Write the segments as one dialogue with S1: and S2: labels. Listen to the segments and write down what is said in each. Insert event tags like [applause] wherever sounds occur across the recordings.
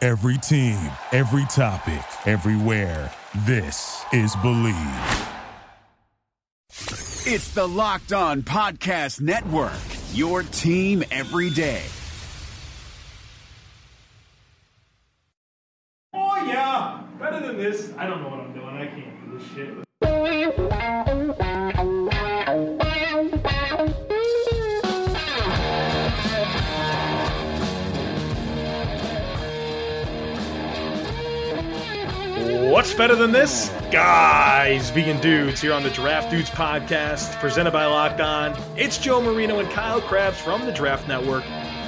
S1: Every team, every topic, everywhere. This is Believe.
S2: It's the Locked On Podcast Network, your team every day.
S3: Oh yeah, better than this. I don't know what I'm doing. I can't do this shit.
S4: What's better than this? Guys being dudes here on the Draft Dudes podcast, presented by Locked On. It's Joe Marino and Kyle Krabs from the Draft Network.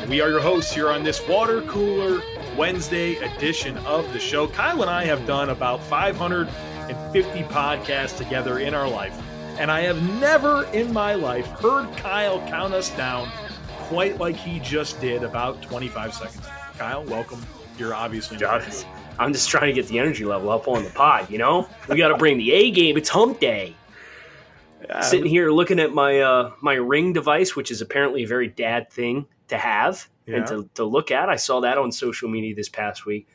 S4: We are your hosts here on this water cooler Wednesday edition of the show. Kyle and I have done about 550 podcasts together in our life, and I have never in my life heard Kyle count us down quite like he just did about 25 seconds. Kyle, welcome. You're obviously not
S5: Giannis. I'm just trying to get the energy level up on the pod, you know? We got to bring the A game. It's hump day. Sitting here looking at my uh, my ring device, which is apparently a very dad thing to have and
S4: Yeah.
S5: to, to look at. I saw that on social media this past week.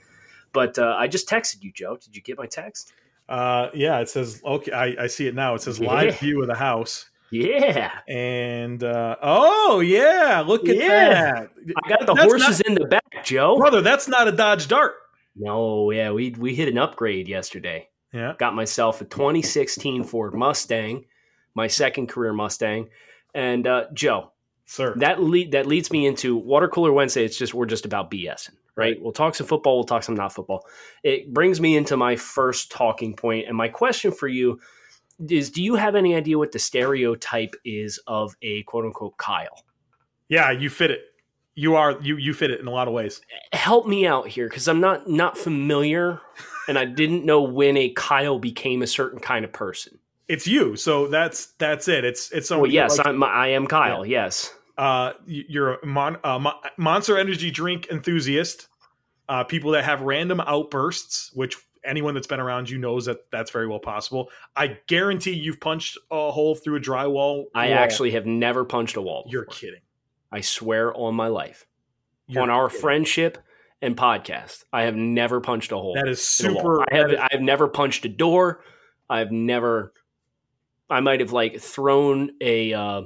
S5: But uh, I just texted you, Joe. Did you get my text?
S4: Uh, yeah, it says okay. I, I see it now. It says live
S5: Yeah.
S4: view of the house,
S5: Yeah.
S4: and uh, oh yeah, look at
S5: Yeah.
S4: that,
S5: I got the
S4: That's
S5: horses in the back, Joe.
S4: brother. That's not a Dodge Dart.
S5: No, yeah, we, we hit an upgrade yesterday.
S4: Yeah,
S5: got myself a 2016 Ford Mustang, my second career Mustang. And uh, Joe,
S4: sir.
S5: that lead that leads me into water cooler Wednesday. It's just we're just about BSing, right? We'll talk some football. We'll talk some not football. It brings me into my first talking point, and my question for you is: Do you have any idea what the stereotype is of a quote unquote Kyle?
S4: yeah, you fit it. You are you you fit it in a lot of ways.
S5: Help me out here because I'm not not familiar, and I didn't know when a Kyle became a certain kind of person.
S4: It's you. So that's that's it. It's it's
S5: Well,
S4: somebody
S5: yes,
S4: Oh, like,
S5: I'm, I am Kyle. Yes.
S4: uh, you- you're a mon, uh, mon, monster energy drink enthusiast. Uh, people that have random outbursts, which anyone that's been around you knows that that's very well possible. I guarantee you've punched a hole through a drywall.
S5: I
S4: wall.
S5: actually have never punched a wall.
S4: You're
S5: before.
S4: kidding.
S5: I swear on my life.
S4: You're
S5: on our
S4: kidding.
S5: friendship and podcast, I have never punched a hole.
S4: That is
S5: in a wall.
S4: super.
S5: I have I have never punched a door. I've never I might have like thrown a uh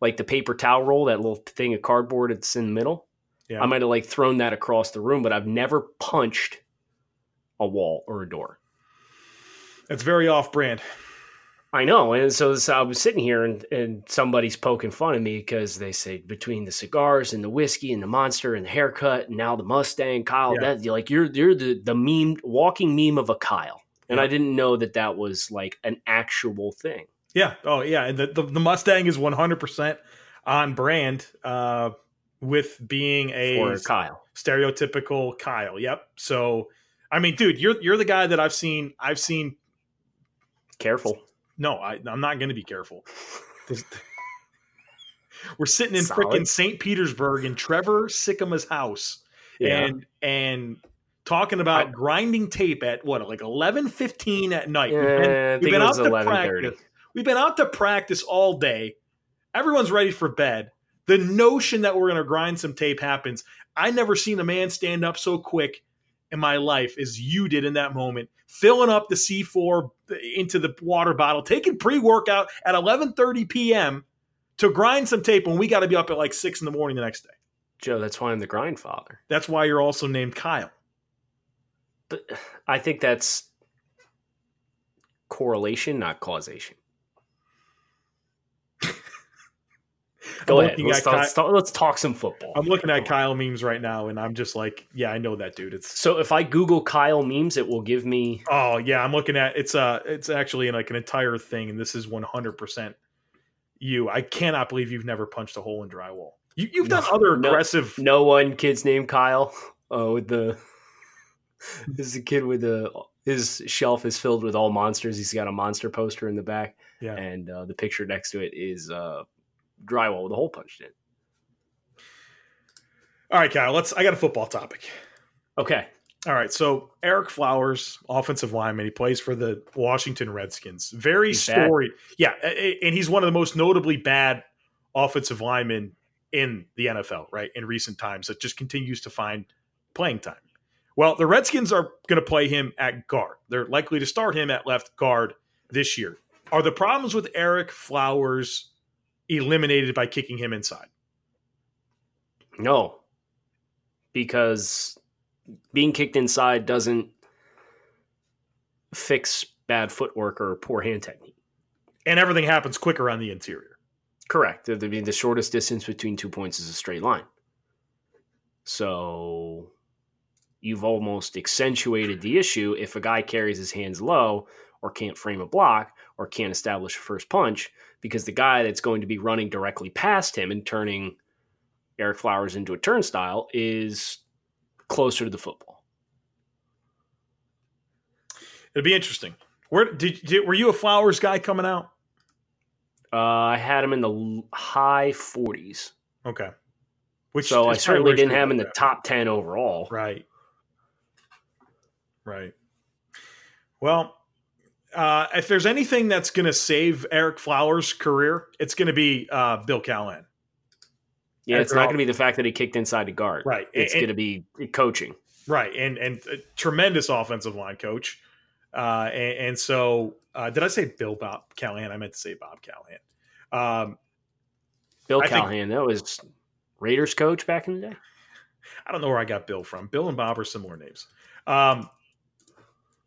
S5: like the paper towel roll, that little thing of cardboard that's in the middle.
S4: Yeah.
S5: I might have like thrown that across the room, but I've never punched a wall or a door.
S4: That's very off brand.
S5: I know, and so, this- I was sitting here, and, and somebody's poking fun at me because they say between the cigars and the whiskey and the monster and the haircut, and now the Mustang, Kyle,
S4: Yeah.
S5: that like you're you're the the meme walking meme of a Kyle, and
S4: Yeah.
S5: I didn't know that that was like an actual thing.
S4: Yeah. Oh yeah. And the the, the Mustang is 100 percent on brand uh, with being
S5: for
S4: a
S5: a Kyle.
S4: stereotypical Kyle. Yep. So, I mean, dude, you're you're the guy that I've seen. I've seen
S5: Careful,
S4: No, I, I'm not going to be
S5: [laughs]
S4: careful. This- [laughs] We're sitting in
S5: Solid.
S4: frickin' St. Petersburg in Trevor Sycama's house, and and talking about
S5: I-
S4: grinding tape at what like 11:15 at night.
S5: yeah,
S4: We've been,
S5: I
S4: we've
S5: think
S4: been
S5: it
S4: out
S5: was
S4: to
S5: eleven thirty.
S4: practice. We've been out to practice all day. Everyone's ready for bed. The notion that we're going to grind some tape happens. I never seen a man stand up so quick in my life as you did in that moment, filling up the C4 into the water bottle, taking pre-workout at 11:30 p.m. to grind some tape when we got to be up at like 6 in the morning the next day.
S5: Joe, that's why I'm the grind father.
S4: That's why you're also named Kyle.
S5: But [sighs] I think that's correlation,
S4: [laughs]
S5: not causation. Go
S4: I'm
S5: ahead.
S4: looking at
S5: Let's talk,
S4: Ky-
S5: let's talk- let's talk some football.
S4: I'm looking at Kyle memes right now and I'm just like, yeah, I know that dude. It's
S5: So if I Google Kyle memes, it will give me.
S4: Oh yeah, I'm looking at it's uh it's actually in like an entire thing, and this is 100 percent you. I cannot believe you've never punched a hole in drywall. You, you've done
S5: No,
S4: other
S5: no.
S4: aggressive.
S5: No one kid's named Kyle. Uh, with the [laughs] this is a kid with the his shelf is filled with all monsters. He's got a monster poster in the back,
S4: Yeah.
S5: and uh, the picture next to it is uh, drywall with a hole punched in. it.
S4: All right, Kyle. Let's. I got a football topic.
S5: Okay,
S4: All right, so Eric Flowers, offensive lineman, he plays for the Washington Redskins. Very
S5: He's bad.
S4: storied, yeah, a- a- and he's one of the most notably bad offensive linemen in the NFL, right? In recent times, that just continues to find playing time. Well, the Redskins are going to play him at guard. They're likely to start him at left guard this year. Are the problems with Eric Flowers eliminated by kicking him inside?
S5: No, because being kicked inside doesn't fix bad footwork or poor hand technique.
S4: And everything happens quicker on the interior.
S5: Correct. I mean, the shortest distance between two points is a straight line. So you've almost accentuated the issue if a guy carries his hands low or can't frame a block or can't establish a first punch because the guy that's going to be running directly past him and turning Eric Flowers into a turnstile is closer to the football.
S4: It'd be interesting. Where did, did were you a Flowers guy coming out?
S5: Uh, I had him in the l- high 40s.
S4: Okay.
S5: so I
S4: is
S5: certainly
S4: Tyler's
S5: didn't have him in
S4: doing
S5: the
S4: that.
S5: top 10 overall.
S4: Right. Right. Well, uh, if there's anything that's going to save Eric Flowers' career, it's going to be uh, Bill Callahan.
S5: Yeah, it's
S4: After
S5: not
S4: all-
S5: going to be the fact that he kicked inside the guard.
S4: Right.
S5: It's
S4: And-
S5: going to be coaching.
S4: Right, and and a tremendous offensive line coach. Uh, and, and so, uh, did I say Bill Bob Callahan? I meant to say Bob Callahan. Um,
S5: Bill
S4: I think-
S5: Callahan, that was Raiders coach back in the day.
S4: I don't know where I got Bill from. Bill and Bob are similar names. Um,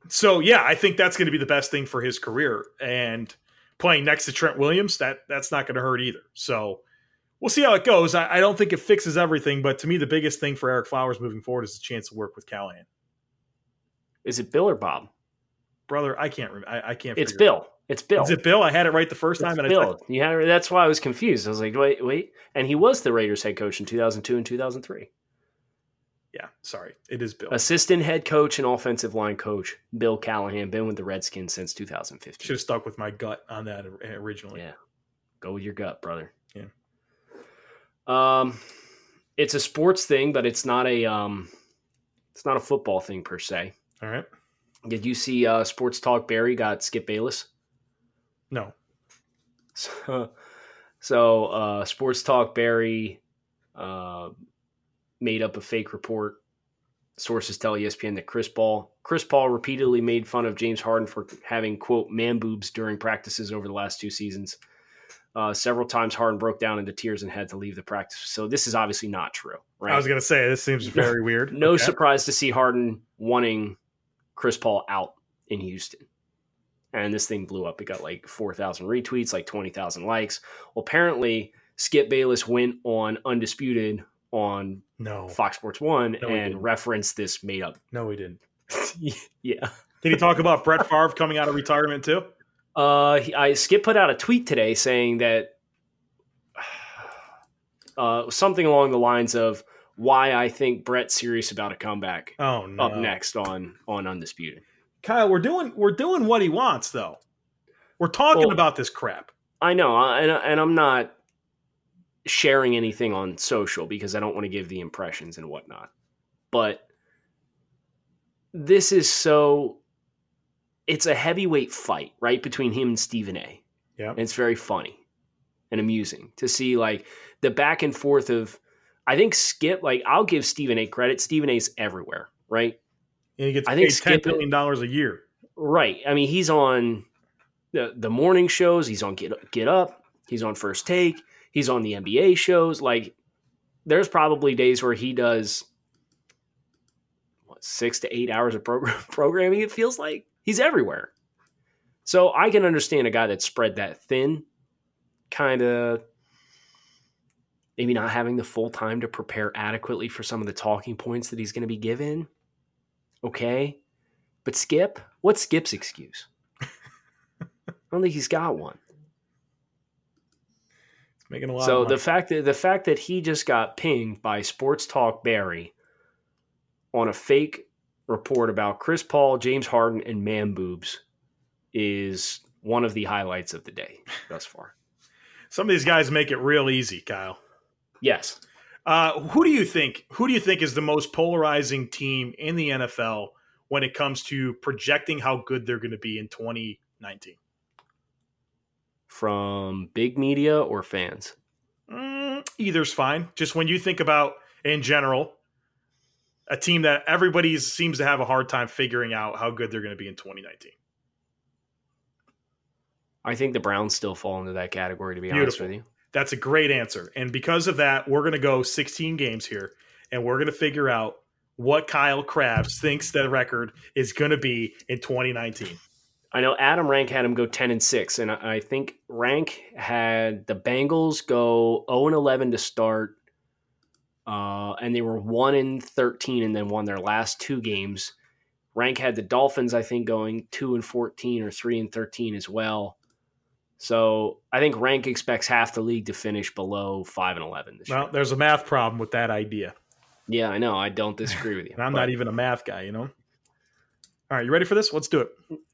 S4: so yeah, I think that's going to be the best thing for his career. And playing next to Trent Williams, that that's not going to hurt either. So we'll see how it goes. I, I don't think it fixes everything, but to me, the biggest thing for Eric Flowers moving forward is the chance to work with Callahan.
S5: Is it Bill or Bob?
S4: Brother, I can't. Rem- I, I can't.
S5: It's
S4: figure it out.
S5: Bill. It's Bill.
S4: Is it Bill? I had it right the first
S5: It's
S4: time, and I,
S5: Bill. You had- that's why I was confused. I was like, wait, wait. And he was the Raiders head coach in 2002 and 2003.
S4: yeah, sorry, it is Bill.
S5: Assistant head coach and offensive line coach Bill Callahan, been with the Redskins since 2015.
S4: Should have stuck with my gut on that or- originally.
S5: Yeah. Go with your gut, brother.
S4: Yeah.
S5: Um, it's a sports thing, but it's not a um, it's not a football thing per se.
S4: All right.
S5: Did you see uh, Sports Talk Barry got Skip Bayless?
S4: No.
S5: So, so uh, Sports Talk Barry uh, made up a fake report. Sources tell E ESPN that Chris Paul Chris Paul repeatedly made fun of James Harden for having quote man boobs during practices over the last two seasons. Uh, several times Harden broke down into tears and had to leave the practice. So this is obviously not true, right?
S4: I was gonna say this seems very weird.
S5: no
S4: Okay.
S5: surprise to see Harden wanting Chris Paul out in Houston. And this thing blew up. It got like 4,000 retweets, like 20,000 likes. Well, apparently, Skip Bayless went on Undisputed on
S4: no,
S5: Fox Sports 1
S4: No, he didn't.
S5: and referenced this made up.
S4: no, he didn't.
S5: yeah.
S4: Did he talk about Brett Favre coming out of retirement too?
S5: Uh, he, I Skip put out a tweet today saying that [sighs] uh, something along the lines of why I think Brett's serious about a comeback
S4: Oh no.
S5: up next on on Undisputed.
S4: Kyle, we're doing we're doing what he wants though. We're talking
S5: Well-
S4: about this crap.
S5: I know, I- and and I'm not sharing anything on social because I don't want to give the impressions and whatnot. But this is so it's a heavyweight fight, right, between him and Stephen A.
S4: Yeah.
S5: And it's very funny and amusing to see like the back and forth of I think Skip, like I'll give Stephen A credit. Stephen A's everywhere, right?
S4: And he gets
S5: I
S4: paid
S5: think
S4: ten
S5: Skip-
S4: million dollars a year.
S5: Right. I mean, he's on the the morning shows. He's on Get Get Up. He's on First Take. He's on the NBA shows. Like, there's probably days where he does what six to eight hours of program, [laughs] programming. It feels like he's everywhere. So I can understand a guy that's spread that thin, kind of maybe not having the full time to prepare adequately for some of the talking points that he's going to be given. Okay. But Skip, what's Skip's excuse? I don't think he's got one.
S4: It's making a lot.
S5: So
S4: of
S5: the
S4: money.
S5: fact that the fact that he just got pinged by Sports Talk Barry on a fake report about Chris Paul, James Harden, and man boobs is one of the highlights of the day thus far.
S4: some of these guys make it real easy, Kyle.
S5: Yes.
S4: Uh, who do you think? Who do you think is the most polarizing team in the NFL when it comes to projecting how good they're going to be in 2019?
S5: From big media or fans?
S4: Mm, either's fine. Just when you think about in general, a team that everybody seems to have a hard time figuring out how good they're going to be in 2019.
S5: I think the Browns still fall into that category, to be honest
S4: Beautiful.
S5: with you.
S4: That's a great answer. And because of that, we're going to go 16 games here and we're going to figure out what Kyle Krabs thinks that record is going to be in 2019.
S5: I know Adam Rank had him go 10 and 6, and I I think Rank had the Bengals go 0 and 11 to start, uh, and they were 1 and 13 and then won their last two games. Rank had the Dolphins, I think, going 2 and 14 or 3 and 13 as well. So I think Rank expects half the league to finish below 5 and 11 this year.
S4: Well, there's a math problem with that idea.
S5: Yeah, I know. I don't disagree with
S4: [laughs]
S5: you.
S4: And I'm
S5: but-
S4: not e- even a math guy, you know? All right, you ready for this? Let's do it.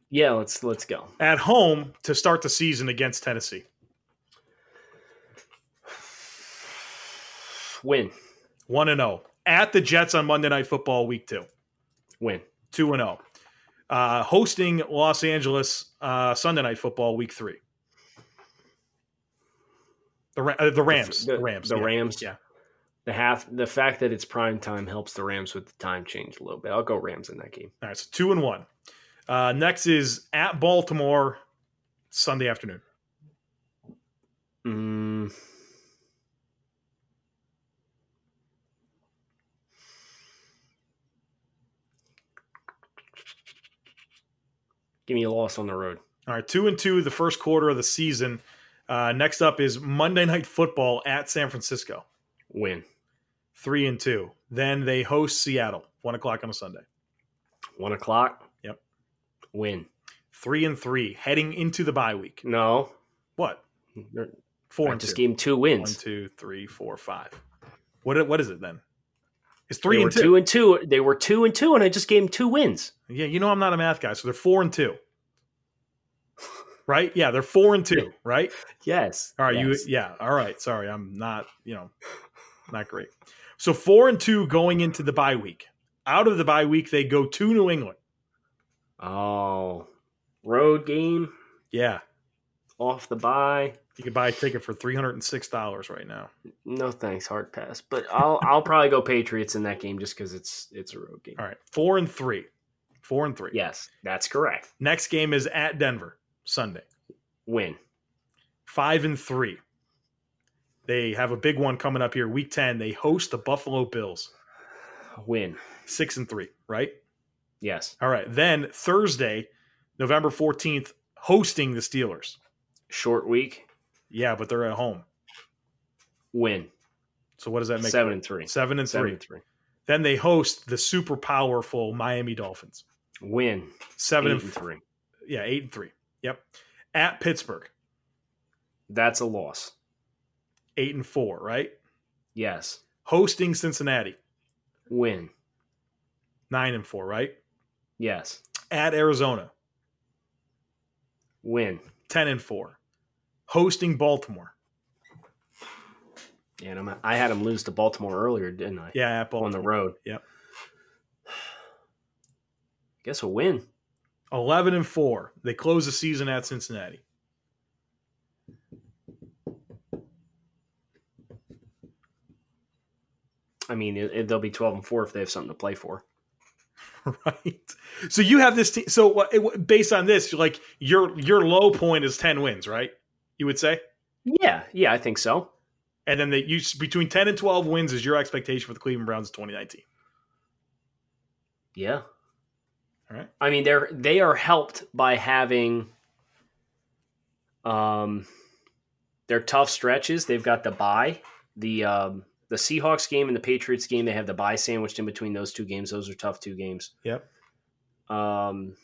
S5: Yeah, let's let's go.
S4: At home to start the season against Tennessee.
S5: Win,
S4: 1 and 0. At the Jets on Monday Night Football week 2.
S5: win,
S4: 2 and 0. Uh, hosting Los Angeles uh, Sunday Night Football week 3. The, Ra- uh, the Rams. The, Rams.
S5: the
S4: yeah.
S5: Rams.
S4: Yeah.
S5: The half the fact that it's prime time helps the Rams with the time change a little bit. I'll go Rams in that game.
S4: All right, so 2 and 1. Uh, next is at Baltimore Sunday afternoon.
S5: Mm. Give me a loss on the road.
S4: All right, two and two, the first quarter of the season. Uh, next up is Monday Night Football at San Francisco,
S5: Win.
S4: three and two. Then they host Seattle, one o'clock on a Sunday,
S5: One o'clock.
S4: Yep.
S5: Win.
S4: three and three, heading into the bye week.
S5: No.
S4: What?
S5: They're-
S4: Four and
S5: Practice
S4: two.
S5: game two
S4: One,
S5: wins.
S4: two, three, four, five. What? What is it then? It's
S5: They
S4: three
S5: were
S4: and two.
S5: two and two. They were two and two, and I just gave them two wins.
S4: Yeah, you know I'm not a math guy, so they're four and two. Right? Yeah, they're four and
S5: [laughs]
S4: two. Right?
S5: Yes.
S4: All right,
S5: Yes.
S4: you yeah. All right, sorry, I'm not you know not great. So four and two going into the bye week. Out of the bye week, they go to New England.
S5: Oh, road game
S4: Yeah,
S5: off the bye.
S4: you can buy a ticket for three hundred and six dollars right now.
S5: No thanks, hard pass. But I'll I'll probably go Patriots in that game just because it's it's a road game.
S4: All right, four and three, four and three.
S5: Yes, that's correct.
S4: Next game is at Denver Sunday.
S5: Win.
S4: Five and three. They have a big one coming up here, week ten. They host the Buffalo Bills.
S5: Win.
S4: Six and three. Right.
S5: Yes.
S4: All right. Then Thursday, November fourteenth, hosting the Steelers.
S5: Short week.
S4: Yeah, but they're at home.
S5: Win.
S4: So what does that make?
S5: Seven and three.
S4: Seven and
S5: Seven
S4: three.
S5: and three.
S4: Then they host the super powerful Miami Dolphins.
S5: Win.
S4: Seven
S5: Eight
S4: and
S5: and
S4: three.
S5: three.
S4: Yeah, eight and three. Yep. At Pittsburgh,
S5: That's a loss.
S4: eight and four. Right.
S5: Yes.
S4: Hosting Cincinnati,
S5: Win.
S4: nine and four. Right.
S5: Yes.
S4: At Arizona,
S5: Win.
S4: ten and four. Hosting Baltimore.
S5: And I'm, I had them lose to Baltimore earlier, didn't I?
S4: Yeah, at
S5: On
S4: Baltimore.
S5: the road.
S4: Yep.
S5: [sighs] Guess a win.
S4: Eleven and four. They close the season at Cincinnati. [laughs]
S5: I mean, it, it, they'll be twelve and four if they have something to play for.
S4: Right. So you have this team. So what- it- based on this, you're like your your low point is ten wins, right? You would say.
S5: Yeah, yeah, I think so.
S4: And then they you between 10 and 12 wins is your expectation for the Cleveland Browns in 2019.
S5: Yeah.
S4: All right.
S5: I mean, they're they are helped by having um their tough stretches. They've got the bye, the um the Seahawks game and the Patriots game. They have the bye sandwiched in between those two games. Those are tough two games.
S4: Yep.
S5: Um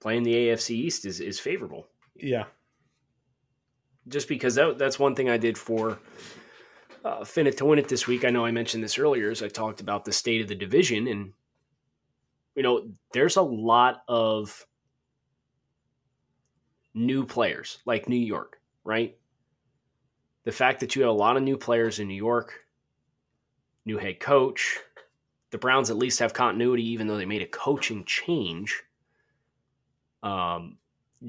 S5: playing the AFC East is is favorable.
S4: Yeah.
S5: just because that, that's one thing I did for uh, Finna to win it this week. I know I mentioned this earlier as I talked about the state of the division, and you know, there's a lot of new players like New York, right? The fact that you have a lot of new players in New York, new head coach, the Browns at least have continuity, even though they made a coaching change. Um,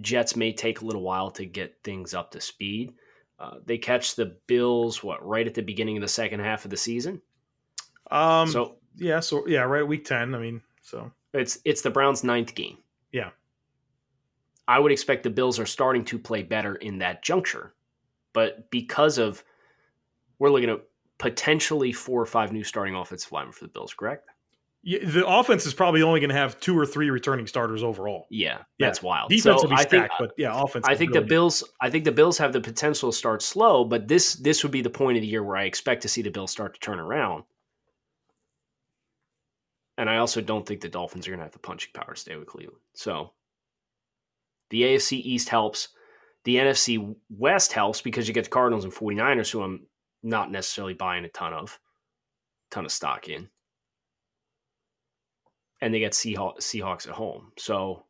S5: Jets may take a little while to get things up to speed. Uh, they catch the Bills, what, right at the beginning of the second half of the season?
S4: Um,
S5: so
S4: yeah, so yeah, right at week ten. I mean, so
S5: it's it's the Browns' ninth game.
S4: Yeah.
S5: I would expect the Bills are starting to play better in that juncture, but because of we're looking at potentially four or five new starting offensive linemen for the Bills, correct?
S4: yeah, the offense is probably only going to have two or three returning starters overall.
S5: Yeah,
S4: Yeah.
S5: that's wild.
S4: Defense
S5: so
S4: will be
S5: I
S4: stacked,
S5: think
S4: but yeah, offense.
S5: I
S4: is
S5: think
S4: really
S5: the Bills. I think the Bills have the potential to start slow, but this this would be the point of the year where I expect to see the Bills start to turn around. And I also don't think the Dolphins are going to have the punching power to stay with Cleveland. So the AFC East helps. The NFC West helps because you get the Cardinals and 49ers, who I'm not necessarily buying a ton of, ton of stock in. And they get Seahawks, Seahawks at home. So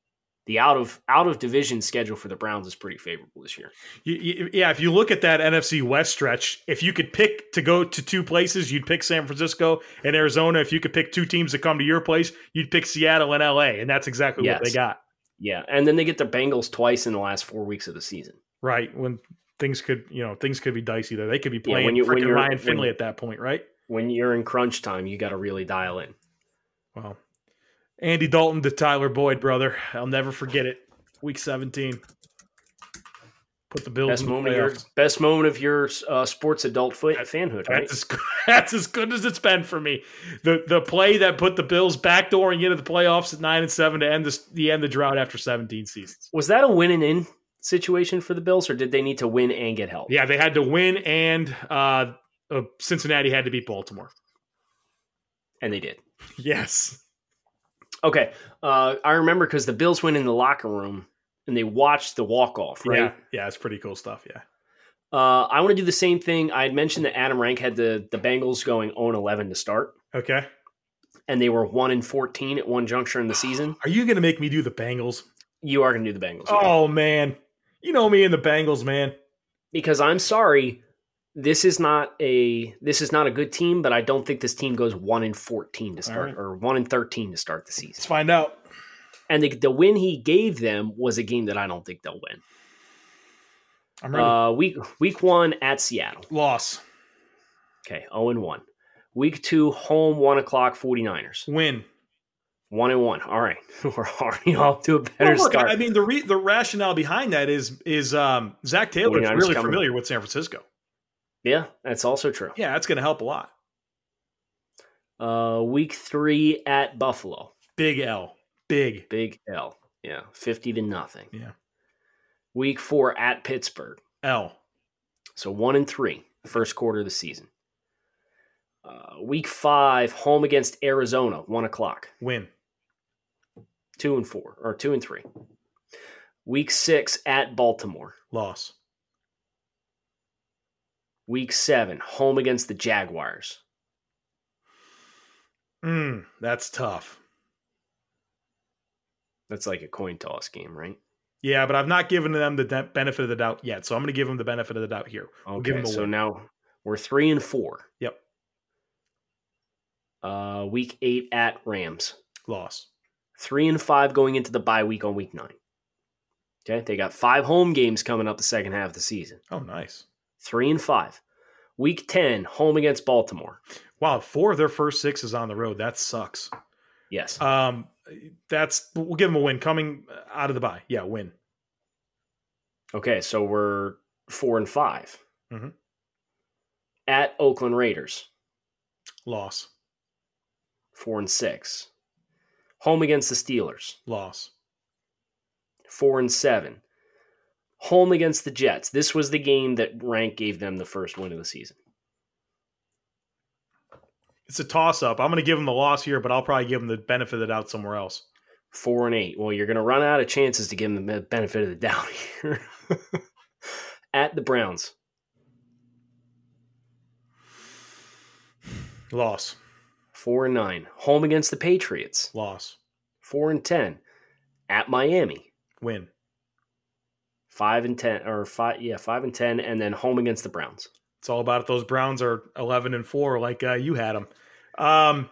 S5: the out of out of division schedule for the Browns is pretty favorable this year.
S4: You- you- Yeah, if you look at that NFC West stretch, if you could pick to go to two places, you'd pick San Francisco and Arizona. If you could pick two teams to come to your place, you'd pick Seattle and LA, and that's exactly what they
S5: Yes.
S4: got.
S5: Yeah, and then they get the Bengals twice in the last four weeks of the season.
S4: Right when things could, you know, things could be dicey there. They could be
S5: Yeah, when
S4: playing
S5: you- when
S4: freaking
S5: you're-
S4: Ryan
S5: when-
S4: Finley at that point, right?
S5: When you're in crunch time, you got to really dial in.
S4: Wow. Andy Dalton to Tyler Boyd, brother. I'll never forget it. Week 17. Put the Bills
S5: Best
S4: in the
S5: moment of your
S4: playoffs.
S5: best moment of your uh, sports adult foot, fanhood, right?
S4: That's as good, [laughs] that's as good as it's been for me. The the play that put the Bills backdooring into the playoffs at nine and seven to end this, the end the drought after seventeen seasons.
S5: Was that a win and in situation for the Bills, or did they need to win and get help?
S4: Yeah, they had to win, and uh, uh, Cincinnati had to beat Baltimore.
S5: and they did.
S4: Yes,
S5: Okay, uh, I remember because the Bills went in the locker room and they watched the walk off, right?
S4: yeah, yeah, it's pretty cool stuff. Yeah,
S5: Uh, I want to do the same thing. I had mentioned that Adam Rank had the the Bengals going 0-11 to start.
S4: okay.
S5: and they were one in fourteen at one juncture in the season,
S4: Are you gonna make me do the Bengals?
S5: you are going to do the Bengals yeah.
S4: Oh man, you know me and the Bengals, man.
S5: because I'm sorry, this is not a this is not a good team, but I don't think this team goes one in fourteen to start
S4: right.
S5: or one in thirteen to start the
S4: Let's
S5: season.
S4: find out.
S5: And the, the win he gave them was a game that I don't think they'll win.
S4: I'm ready.
S5: Uh, week week one at Seattle,
S4: Loss,
S5: okay, zero and one. Week two home one o'clock 49ers
S4: win.
S5: one and one. All right, [laughs] we're already off to a better
S4: Well, look,
S5: start.
S4: I mean, the re- the rationale behind that is is um, Zach Taylor's
S5: 49ers
S4: really
S5: coming.
S4: familiar with San Francisco.
S5: yeah, that's also true.
S4: Yeah, that's going to help a lot.
S5: Uh, week three at Buffalo.
S4: Big L, big.
S5: Big L. Yeah, 50 to nothing.
S4: Yeah.
S5: Week four at Pittsburgh.
S4: L.
S5: So one and three, first quarter of the season. Uh, week five, home against Arizona, one o'clock,
S4: Win.
S5: two and four, or two and three. Week six at Baltimore.
S4: Loss.
S5: Week seven, home against the Jaguars.
S4: Mm, that's tough.
S5: That's like a coin toss game, right?
S4: Yeah, but I've not given them the de- benefit of the doubt yet, so I'm going to give them the benefit of the doubt here. We'll give
S5: Okay,
S4: them a
S5: so
S4: win.
S5: now we're three and four.
S4: Yep.
S5: Uh, week eight at Rams.
S4: Loss.
S5: three and five going into the bye week on week nine. Okay, they got five home games coming up the second half of the season.
S4: Oh, nice.
S5: Three and five. Week 10, home against Baltimore.
S4: Wow, four of their first six is on the road. That sucks.
S5: Yes.
S4: Um, that's we'll give them a win coming out of the bye. Yeah, win.
S5: Okay, so we're four and 5
S4: Mhm.
S5: At Oakland Raiders,
S4: Loss.
S5: four and six. Home against the Steelers,
S4: Loss.
S5: four and seven. Home against the Jets. This was the game that Rank gave them the first win of the season.
S4: It's a toss up. I'm going to give them the loss here, but I'll probably give them the benefit of the doubt somewhere else.
S5: four and eight. Well, you're going to run out of chances to give them the benefit of the doubt [laughs] here. At the Browns,
S4: Loss.
S5: four and nine. Home against the Patriots,
S4: Loss.
S5: four and ten. At Miami,
S4: Win.
S5: five and ten, or five, yeah, five and ten, and then home against the Browns.
S4: It's all about if those Browns are 11 and 4 like uh, you had them. Um,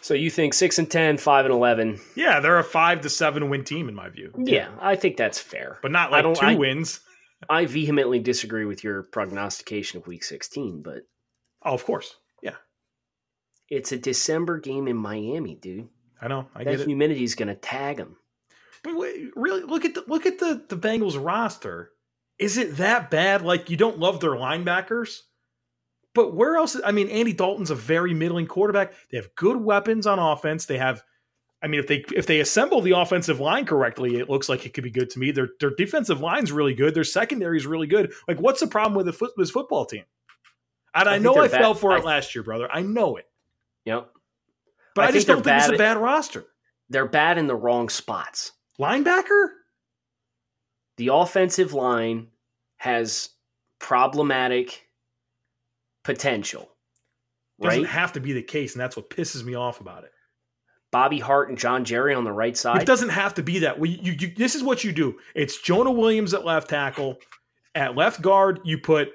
S5: So you think six and ten, five and eleven?
S4: yeah, they're a 5 to 7 win team in my view.
S5: Yeah, I think that's fair.
S4: But not
S5: I
S4: like
S5: don't-
S4: two
S5: I-
S4: wins.
S5: I vehemently disagree with your prognostication of Week 16. But
S4: Oh, of course. Yeah.
S5: It's a December game in Miami, dude.
S4: I know. I
S5: That
S4: get it.
S5: humidity is going to tag them.
S4: But wait, really, look at the look at the the Bengals roster. Is it that bad? Like you don't love their linebackers, but where else? I mean, Andy Dalton's a very middling quarterback. They have good weapons on offense. They have, I mean, if they if they assemble the offensive line correctly, it looks like it could be good to me. Their their defensive line's really good. Their secondary is really good. Like, what's the problem with the foot, this football team? And
S5: I
S4: I,
S5: think
S4: know
S5: they're
S4: I
S5: bad-
S4: fell for
S5: I-
S4: it last year, brother. I know it,
S5: Yep.
S4: but
S5: I
S4: I,
S5: think
S4: just don't
S5: they're
S4: think it's a
S5: bad
S4: bad roster.
S5: They're bad in the wrong spots.
S4: Linebacker,
S5: The offensive line has problematic potential,
S4: doesn't
S5: right?
S4: have to be the case, and that's what pisses me off about it.
S5: Bobby Hart and John Jerry on the right
S4: It
S5: side.
S4: doesn't have to be that. We, you, you, this is what you do. It's Jonah Williams at left tackle. At left guard, you put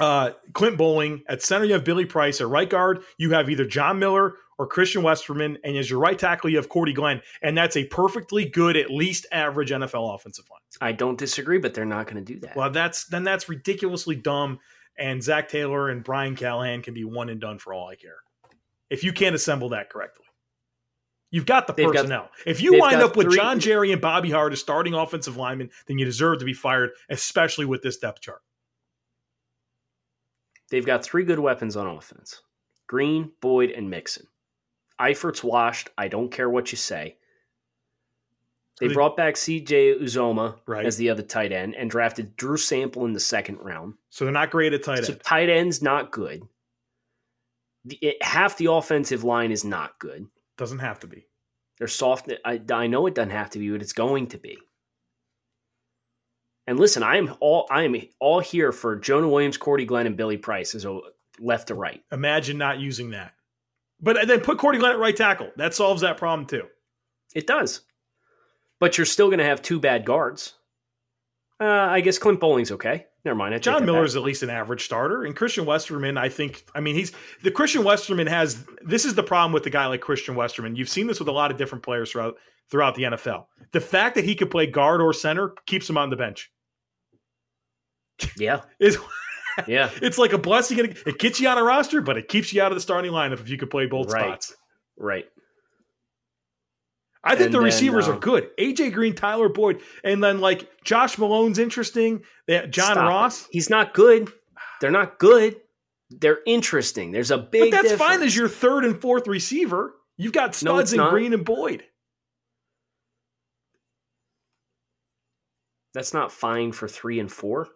S4: uh, Clint Bowling. At center, you have Billy Price. At right guard, you have either John Miller or Christian Westerman. And as your right tackle, you have Cordy Glenn. And that's a perfectly good, at least average NFL offensive line.
S5: I don't disagree, but they're not going to do that.
S4: Well, that's then that's ridiculously dumb. And Zach Taylor and Brian Callahan can be one and done for all I care. If you can't assemble that correctly, you've got the
S5: They've got-
S4: personnel. if you
S5: they've
S4: wind
S5: got
S4: up with
S5: three-
S4: John Jerry and Bobby Hart as starting offensive linemen, then you deserve to be fired, especially with this depth chart.
S5: They've got three good weapons on offense Green, Boyd, and Mixon. Eifert's washed. I don't care what you say. They
S4: They-
S5: brought back CJ Uzoma
S4: Right.
S5: as the other tight end and drafted Drew Sample in the second round.
S4: So they're not great at tight
S5: so
S4: end.
S5: tight end's not good. The, it, half the offensive line is not good.
S4: Doesn't have to be.
S5: They're soft. I, I know it doesn't have to be, but it's going to be. And listen, I am all I am all here for Jonah Williams, Cordy Glenn, and Billy Price as a left to right.
S4: Imagine not using that. But then put Cordy Glenn at right tackle. That solves that problem too.
S5: It does. But you're still going to have two bad guards. Uh, I guess Clint Bowling's okay. Never mind. I take
S4: John
S5: that
S4: Miller
S5: back.
S4: is at least an average starter, and Christian Westerman, I think, I mean, he's the Christian Westerman has this is the problem with the guy like Christian Westerman. You've seen this with a lot of different players throughout throughout the NFL. The fact that he could play guard or center keeps him on the bench.
S5: Yeah.
S4: Is
S5: Yeah.
S4: it's like a blessing. and It gets you on a roster, but it keeps you out of the starting lineup if you could play both
S5: Right.
S4: spots.
S5: right.
S4: I think
S5: And
S4: the
S5: then,
S4: receivers
S5: uh,
S4: are good. AJ Green, Tyler Boyd, and then like Josh Malone's interesting. They have John
S5: Stop it.
S4: Ross.
S5: He's not good. They're not good. They're interesting. There's a
S4: But
S5: big.
S4: that's fine
S5: difference.
S4: as your third and fourth receiver. You've got
S5: No,
S4: studs
S5: it's
S4: in
S5: not.
S4: Green and Boyd.
S5: That's not fine for three and four.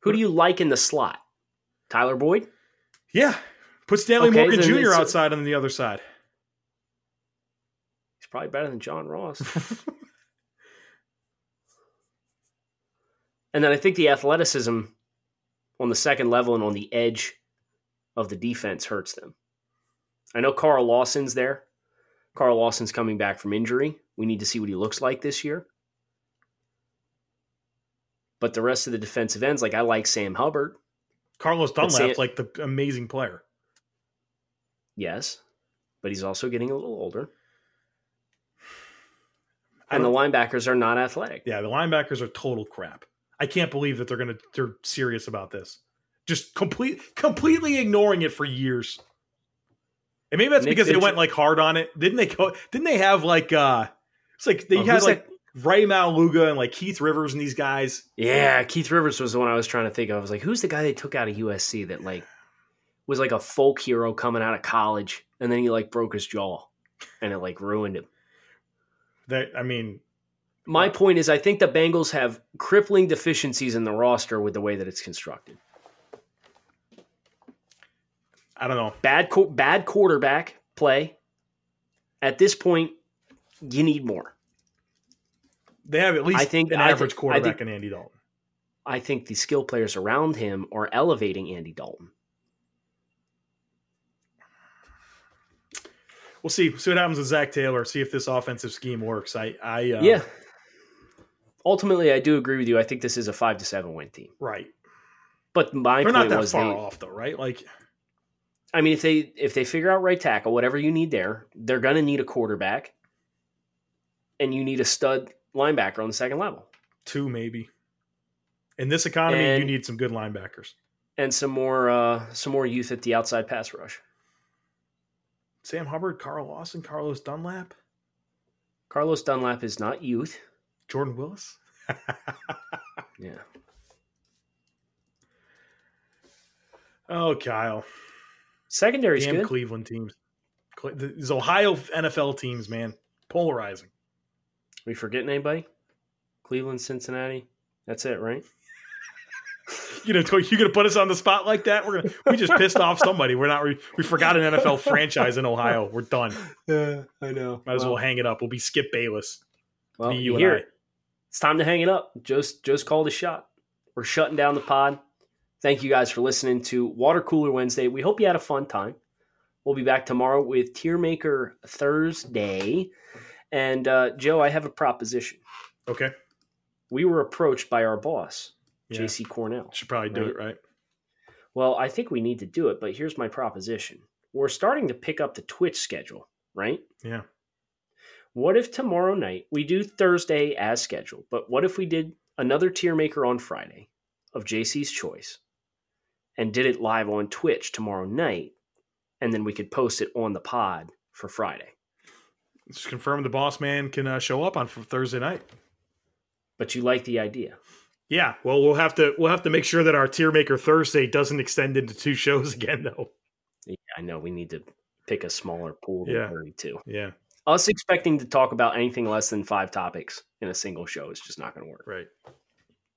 S5: Who do you like in the slot? Tyler Boyd?
S4: Yeah. Put Stanley
S5: Okay,
S4: Morgan
S5: then
S4: Jr.
S5: it's-
S4: outside on the other side.
S5: He's probably better than John Ross. and then I think the athleticism on the second level and on the edge of the defense hurts them. I know Carl Lawson's there. Carl Lawson's coming back from injury. We need to see what he looks like this year. But the rest of the defensive ends, like I like Sam Hubbard.
S4: Carlos
S5: Let's see
S4: Dunlap's
S5: it.
S4: like the amazing player.
S5: Yes, but he's also getting a little older.
S4: I
S5: And the linebackers are not athletic.
S4: Yeah, the linebackers are total crap. I can't believe that they're gonna they're serious about this. Just complete completely ignoring it for years. And maybe that's
S5: And it's
S4: because they went
S5: inter-
S4: like hard on it. Didn't they go didn't they have like uh it's like they
S5: Oh,
S4: had
S5: who's
S4: like Ray Maluga and like Keith Rivers and these guys.
S5: Yeah, Keith Rivers was the one I was trying to think of. I was like, who's the guy they took out of USC that like was like a folk hero coming out of college and then he like broke his jaw and it like ruined him.
S4: That I mean,
S5: My point is I think the Bengals have crippling deficiencies in the roster with the way that it's constructed.
S4: I don't know.
S5: Bad qu- bad quarterback play. At this point, you need more.
S4: They have at least
S5: think-
S4: an
S5: I thi-
S4: average
S5: I
S4: quarterback
S5: think-
S4: in Andy Dalton.
S5: I think the skill players around him are elevating Andy Dalton.
S4: We'll see. See what happens with Zach Taylor. See if this offensive scheme works. I, I, uh,
S5: yeah. Ultimately, I do agree with you. I think this is a 5 to 7 win team.
S4: right.
S5: But my
S4: They're not
S5: point
S4: that
S5: was
S4: far
S5: they,
S4: off though, right? Like,
S5: I mean, if they if they figure out right tackle, whatever you need there, they're gonna need a quarterback, and you need a stud linebacker on the second level,
S4: two maybe. In this economy, you
S5: And-
S4: need some good linebackers.
S5: and some more uh, some more youth at the outside pass rush.
S4: Sam Hubbard, Carl Lawson, Carlos Dunlap,
S5: Carlos Dunlap is not youth.
S4: Jordan Willis.
S5: Yeah.
S4: Oh, Kyle.
S5: Secondary's
S4: Damn
S5: good.
S4: Cleveland teams. Cle- These Ohio NFL teams, man. Polarizing.
S5: we forgetting anybody? Cleveland, Cincinnati. That's it, right?
S4: You know, you're gonna put us on the spot like that. We're gonna we just pissed
S5: [laughs]
S4: off somebody. We're not. We, we forgot an NFL franchise in Ohio. We're done.
S5: Yeah, I know.
S4: Might as well, hang it up. We'll be Skip Bayless.
S5: Well,
S4: be you
S5: you
S4: and
S5: hear
S4: I.
S5: it. It's time to hang it up. Joe's, Joe's called his shot. We're shutting down the pod. Thank you guys for listening to Water Cooler Wednesday. We hope you had a fun time. We'll be back tomorrow with Tear Maker Thursday. And uh, Joe, I have a proposition.
S4: Okay.
S5: We were approached by our boss,
S4: Yeah.
S5: JC Cornell.
S4: Should probably do
S5: Right.
S4: it right.
S5: Well, I think we need to do it, but here's my proposition. We're starting to pick up the Twitch schedule, right?
S4: Yeah.
S5: What if tomorrow night we do Thursday as scheduled, but what if we did another tier maker on Friday of JC's choice and did it live on Twitch tomorrow night and then we could post it on the pod for Friday?
S4: Just confirm the boss man can uh, show up on for Thursday night.
S5: But you like the idea.
S4: Yeah. Well, we'll have to we'll have to make sure that our tier maker Thursday doesn't extend into two shows [laughs] again, though.
S5: Yeah, I know we need to pick a smaller pool to
S4: Yeah.
S5: hurry to.
S4: Yeah.
S5: Us expecting to talk about anything less than five topics in a single show is just not going to work.
S4: Right.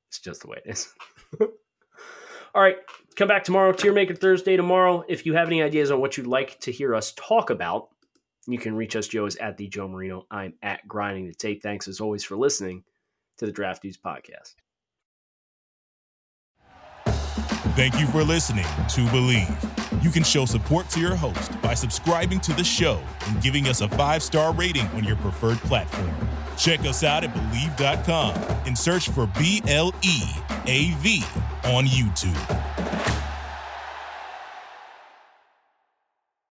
S5: It's just the way it is. [laughs] All right, come back tomorrow, Tier Maker Thursday tomorrow. If you have any ideas on what you'd like to hear us talk about, you can reach us. Joe is at the Joe Marino. I'm at Grinding the Tape. Thanks as always for listening to the Draft Dudes podcast.
S1: Thank you for listening to Believe. You can show support to your host by subscribing to the show and giving us a five star rating on your preferred platform. Check us out at Believe.com and search for B L E A V on YouTube.